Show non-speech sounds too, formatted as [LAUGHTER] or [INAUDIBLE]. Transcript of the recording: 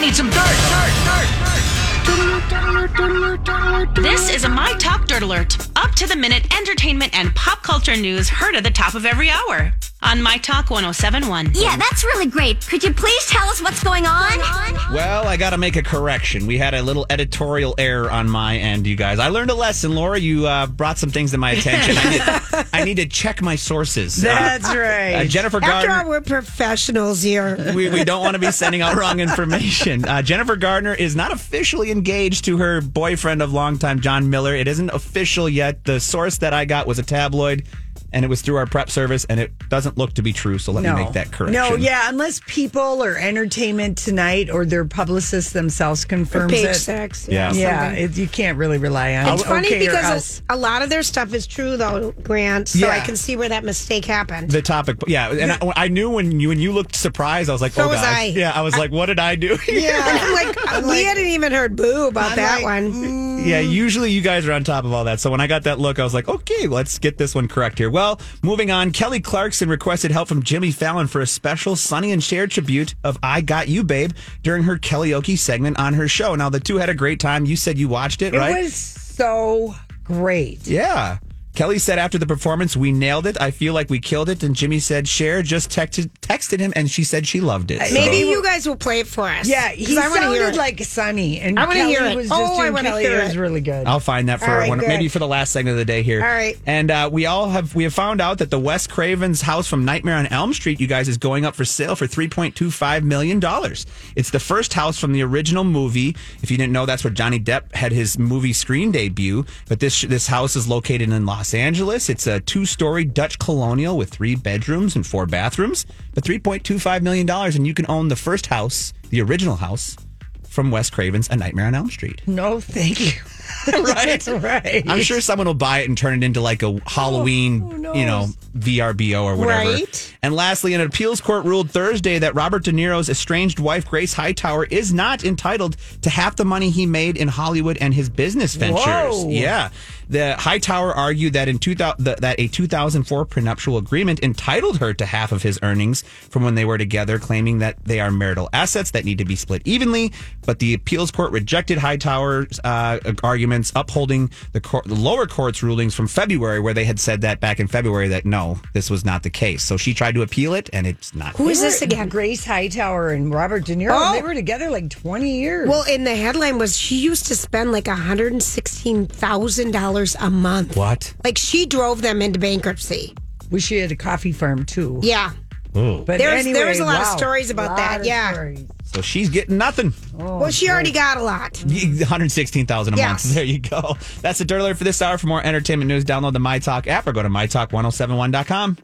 need some dirt, dirt, This is a My Talk Dirt Alert. Up to the minute entertainment and pop culture news heard at the top of every hour on My Talk 1071. Yeah, that's really great. Could you please tell us what's going on? Well, I got to make a correction. We had a little editorial error on my end, you guys. I learned a lesson, Laura. You uh, brought some things to my attention. I need, I need to check my sources. Uh, That's right. uh, Jennifer After all, Gardner. we're professionals here. [LAUGHS] we, we don't want to be sending out wrong information. Uh, Jennifer Gardner is not officially engaged to her boyfriend of longtime John Miller. It isn't official yet. The source that I got was a tabloid, and it was through our prep service, and it doesn't look to be true. So let me make that correction. No, yeah, unless people or entertainment tonight or their publicists themselves confirms Page it. sex. Yeah. Yeah, it, you can't really rely on. It's funny okay or because us. a, a lot of their stuff is true, though, Grant. So I Yeah. can see where that mistake happened. [LAUGHS] The topic, yeah, and I, I knew when you when you looked surprised, I was like, So "Oh was gosh, I. yeah." I was like, "What did I do?" [LAUGHS] yeah, And I'm like, uh, we hadn't even heard boo about that one. mm, Yeah, Mm. usually you guys are on top of all that. So when I got that look, I was like, okay, let's get this one correct here. Well, moving on, Kelly Clarkson requested help from Jimmy Fallon for a special Sonny and Cher tribute of I Got You Babe during her karaoke segment on her show. Now, the two had a great time. You said you watched it, it right? was so great. yeah. Kelly said after the performance, we nailed it. I feel like we killed it. And Jimmy said Cher just texted, texted him and she said she loved it. So- Maybe you guys will play it for us. Yeah, 'Cause he I wanna hear sounded it. like Sonny, and I wanna Kelly hear it. was just Oh, I doing wanna Kelly. hear It was it. really good. I'll find that for All right, one, good. maybe for the last segment of the day here. All right. And uh, we all have we have found out that the Wes Craven's house from Nightmare on Elm Street, you guys, is going up for sale for three point two five million dollars. It's the first house from the original movie. If you didn't know, that's where Johnny Depp had his movie screen debut. But this this house is located in Los Angeles. It's a two story Dutch colonial with three bedrooms and four bathrooms. But three point two five million dollars, and you can own the first house, the original house. From Wes Craven's A Nightmare on Elm Street. no, thank you. [LAUGHS] Right? [LAUGHS] right. I'm sure someone will buy it and turn it into like a Halloween, you know, VRBO or whatever. Right. And lastly, an appeals court ruled Thursday that Robert De Niro's estranged wife, Grace Hightower, is not entitled to half the money he made in Hollywood and his business ventures. Whoa. Yeah. The Hightower argued that in 2000, th- that a 2004 prenuptial agreement entitled her to half of his earnings from when they were together, claiming that they are marital assets that need to be split evenly. But the appeals court rejected Hightower's uh, arguments, upholding the, court, the lower court's rulings from February, where they had said that back in February that no, this was not the case. So she tried to appeal it, and it's not. Who is this again? Grace Hightower and Robert De Niro. Oh. They were together like 20 years. Well, in the headline was she used to spend like $116,000 a month. What? Like she drove them into bankruptcy. well, she had a coffee farm too. Yeah. But There's- anyway, there was a lot of wow. stories about Lot that, of yeah. stories. So she's getting nothing. Oh, well, she already got a lot. 116,000 a Yes. month. There you go. oh That's the dirt alert for this hour. For more entertainment news, download the My Talk app or go to mytalk1071.com.